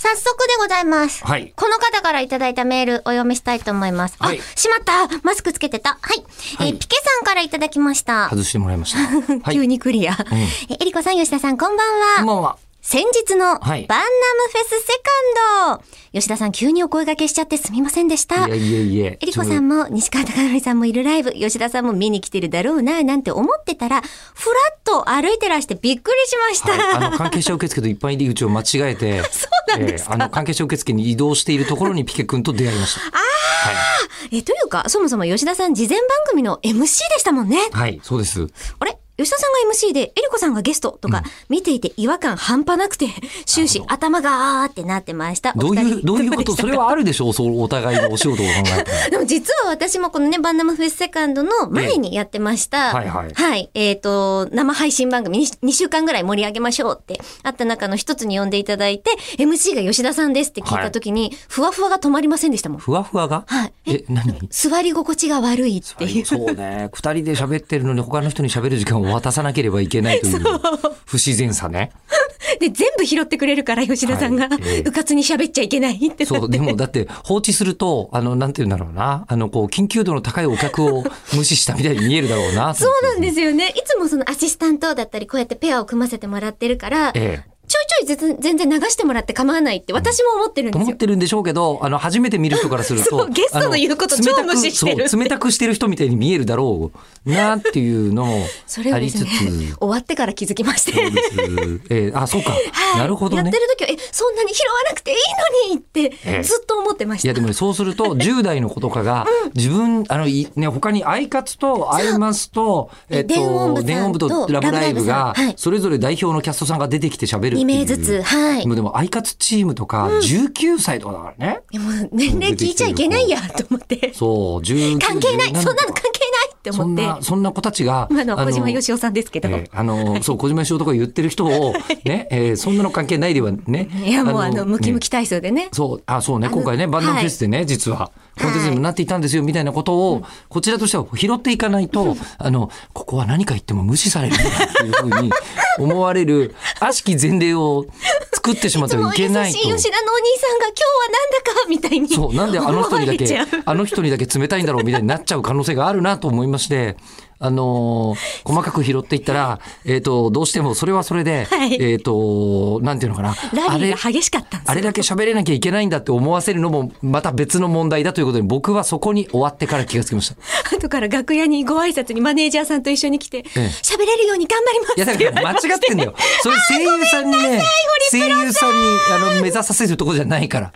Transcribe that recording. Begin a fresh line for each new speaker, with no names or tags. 早速でございます。
はい
この方からいただいたメールお読みしたいと思います。
はい
あ、しまったマスクつけてた。はい。
は
え
い
ーピケさんからいただきました。
外してもらいました。はい。
急にクリア。ええりこさん、吉田さん、こんばんは。
こんばんは。
先日のバンナ
は
ム
い
フェスセカンド、吉田さん急にお声掛けしちゃってすみませんでした
いや。いやいや。
えりこさんも西川貴教さんもいるライブ、吉田さんも見に来てるだろうな、なんて思ってたら、ふらっと歩いてらしてびっくりしまし
ちょ
た。
っとはい、あの関係者受付と一般入り口を間違え て、そうなんですか、あの関係者受付に移動しているところにピケ君と出会い ました。は
え、というか、そもそも吉田さん事前番組の MC でしたもんね。
い、はい、そうです。
あれ吉田さんが MC で、えりこさんがゲストとか、見ていて違和感半端なくて、 終始頭があーってなってました。
どう
お
い
二
う
人
どういうこ
ど
と
でした
それはあるでしょう。そうお互いのお仕事を考え て。
でも実は私もこのね、バンナムフェスセカンドの前にやってました。
ええはいはい
えっ、と、生配信番組に2週間ぐらい盛り上げましょうってあった中の一つに呼んでいただいて、MC が吉田さんですって聞いた時に、ふわふわが止まりませんでしたもん。
ふわふわが？
はい
え何？
座り心地が悪いっていう。
そうね。二人で喋ってるのに他の人に喋る時間を渡さなければいけないと いう不自然さね。
で、全部拾ってくれるから、吉田さんが、
はいええ
うかつに喋っちゃいけないってなって。
そう、でもだって放置すると、あの、なんて言うんだろうな。あの、こう、緊急度の高いお客を無視したみたいに見えるだろうな。そう
そうなんですよね。いつもそのアシスタントだったり、こうやってペアを組ませてもらってるから、ちょい
ええ。
ちょい全全然流してもらって構わないって私も思ってるん
と
です
思
よ
っ。てるんでしょうけど、あの、初めて見る人からする
そ
と
う、ゲストの
あ
言うこと
冷たく
超無視してる
そう、冷たくしてる人みたいに見えるだろうなっていうのも
それを
あ
で
り
す
つ
ね
つ。、
終わってから気づきまして。
そうですええあ、そうか。
はい
なるほど
やっ
ね
て。る時は、え、そんなに拾わなくていいのにって、
え
ずっと思ってまし
い
た。
やでもねそうすると10代の子とかが自分あのいね他にアイカツとアイマスと
う電音部さんと
電音部とラブライブ
ラブライブ
が
さんはい
それぞれ代表のキャストさんが出てきて喋るっていう。
2名ずつ、はい。
もうでもアイカツチームとか19歳とかだからね。
でも年齢聞いちゃいけないや、と思って。
そう19
関係ない、
17
そんなの関係ないって
そん
思って。
なそんな子たちが
今のは小島
あ
よしおさんですけど。
えーあのーそう小島よしおとか言ってる 人をね、えーそんなの関係ないではね。
いや、もうあの、ムキム
ね
キ体操でね。
そう、あ、そうね、今回ね、バンドフェスでね、実は、コンテンツにもなっていたんですよ、みたいなことを、こちらとしては拾っていかないと、あの、ここは何か言っても無視されるんだっていうふうに思われる、悪しき前例を作ってしまっ
い
て
つも
はい
優しい吉
け
田のお
ない
兄
と。
さんが今日はなんだか、みたいに。
そう、なんであの人に
思わ
だ
れち
け
ゃう、
あの人にだけ冷たいんだろうみたいになっちゃう可能性があるなと思いまして、あのー 細かく拾っていったら、えっ、と、どうしてもそれはそれで、
はい
えっ、と、なんていうのかな。
ラ
あ
リー
れ
が激しかったんです
あれだけ喋れなきゃいけないんだって思わせるのもまた別の問題だということで僕はそこに終わってから気がつき ました。い
後から楽屋にご挨拶にマネージャーさんと一緒に来て、
え
喋れるように頑張ります
やだから間違ってんだよ。それ声優さんにね、声優さんにあの目指させるとこじゃないから。